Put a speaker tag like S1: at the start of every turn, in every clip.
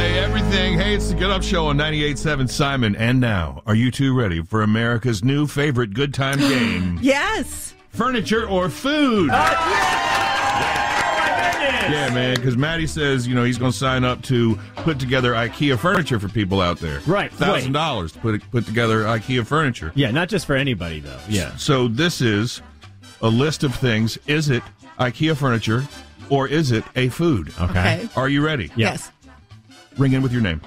S1: everything. Hey, it's the Get Up Show on 98.7 Simon. And now, are you two ready for America's new favorite good time game?
S2: Yes.
S1: Furniture or food?
S3: Uh,
S1: Yeah, man, because Maddie says, you know, he's going to sign up to put together IKEA furniture for people out there.
S3: Right,
S1: Thousand dollars to put, put together IKEA furniture.
S3: Yeah, not just for anybody though. Yeah.
S1: So this is a list of things. Is it IKEA furniture or is it a food?
S2: Okay.
S1: Are you ready?
S3: Yeah.
S2: Yes.
S1: Ring in with your name.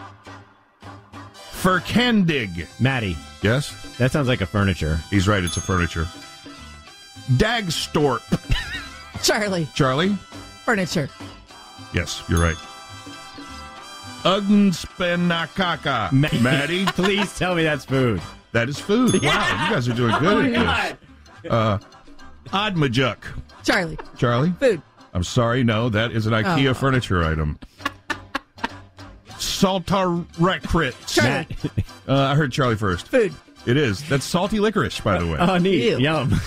S1: Furkendig.
S3: Maddie,
S1: Yes?
S3: that sounds like a furniture.
S1: He's right, it's a furniture. Dagstorp.
S2: Charlie,
S1: Charlie?
S2: furniture.
S1: Yes, you're right. Ugnspinakaka.
S3: Ma-
S1: Maddie?
S3: Please tell me that's food.
S1: That is food. Wow, you guys are doing good at this. Uh, Odmajuk.
S2: Charlie,
S1: Charlie?
S2: food.
S1: I'm sorry, no, that is an IKEA furniture item. Saltarecrit.
S2: Charlie,
S3: Matt.
S1: Uh, I heard Charlie first.
S2: food.
S1: It is. That's salty licorice, by the way.
S3: Oh neat.
S2: Ew.
S3: Yum.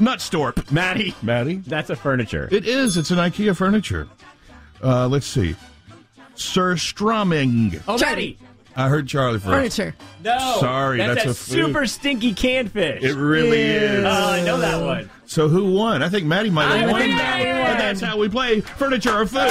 S1: Nutstorp.
S3: Maddie.
S1: Maddie?
S3: That's a furniture.
S1: It is. It's an IKEA furniture. Uh, let's see. Sir Strumming.
S3: oh
S2: Charlie.
S3: Maddie.
S1: I heard Charlie first.
S2: Furniture.
S3: No.
S1: Sorry,
S3: that's,
S1: that's
S3: a,
S1: a food.
S3: super stinky canned fish.
S1: It really is.
S3: oh, I know that one.
S1: So who won? I think Maddie might have
S3: I
S1: won
S3: think
S1: that
S3: Maddie
S1: one.
S3: won.
S1: And that's how we play furniture or food.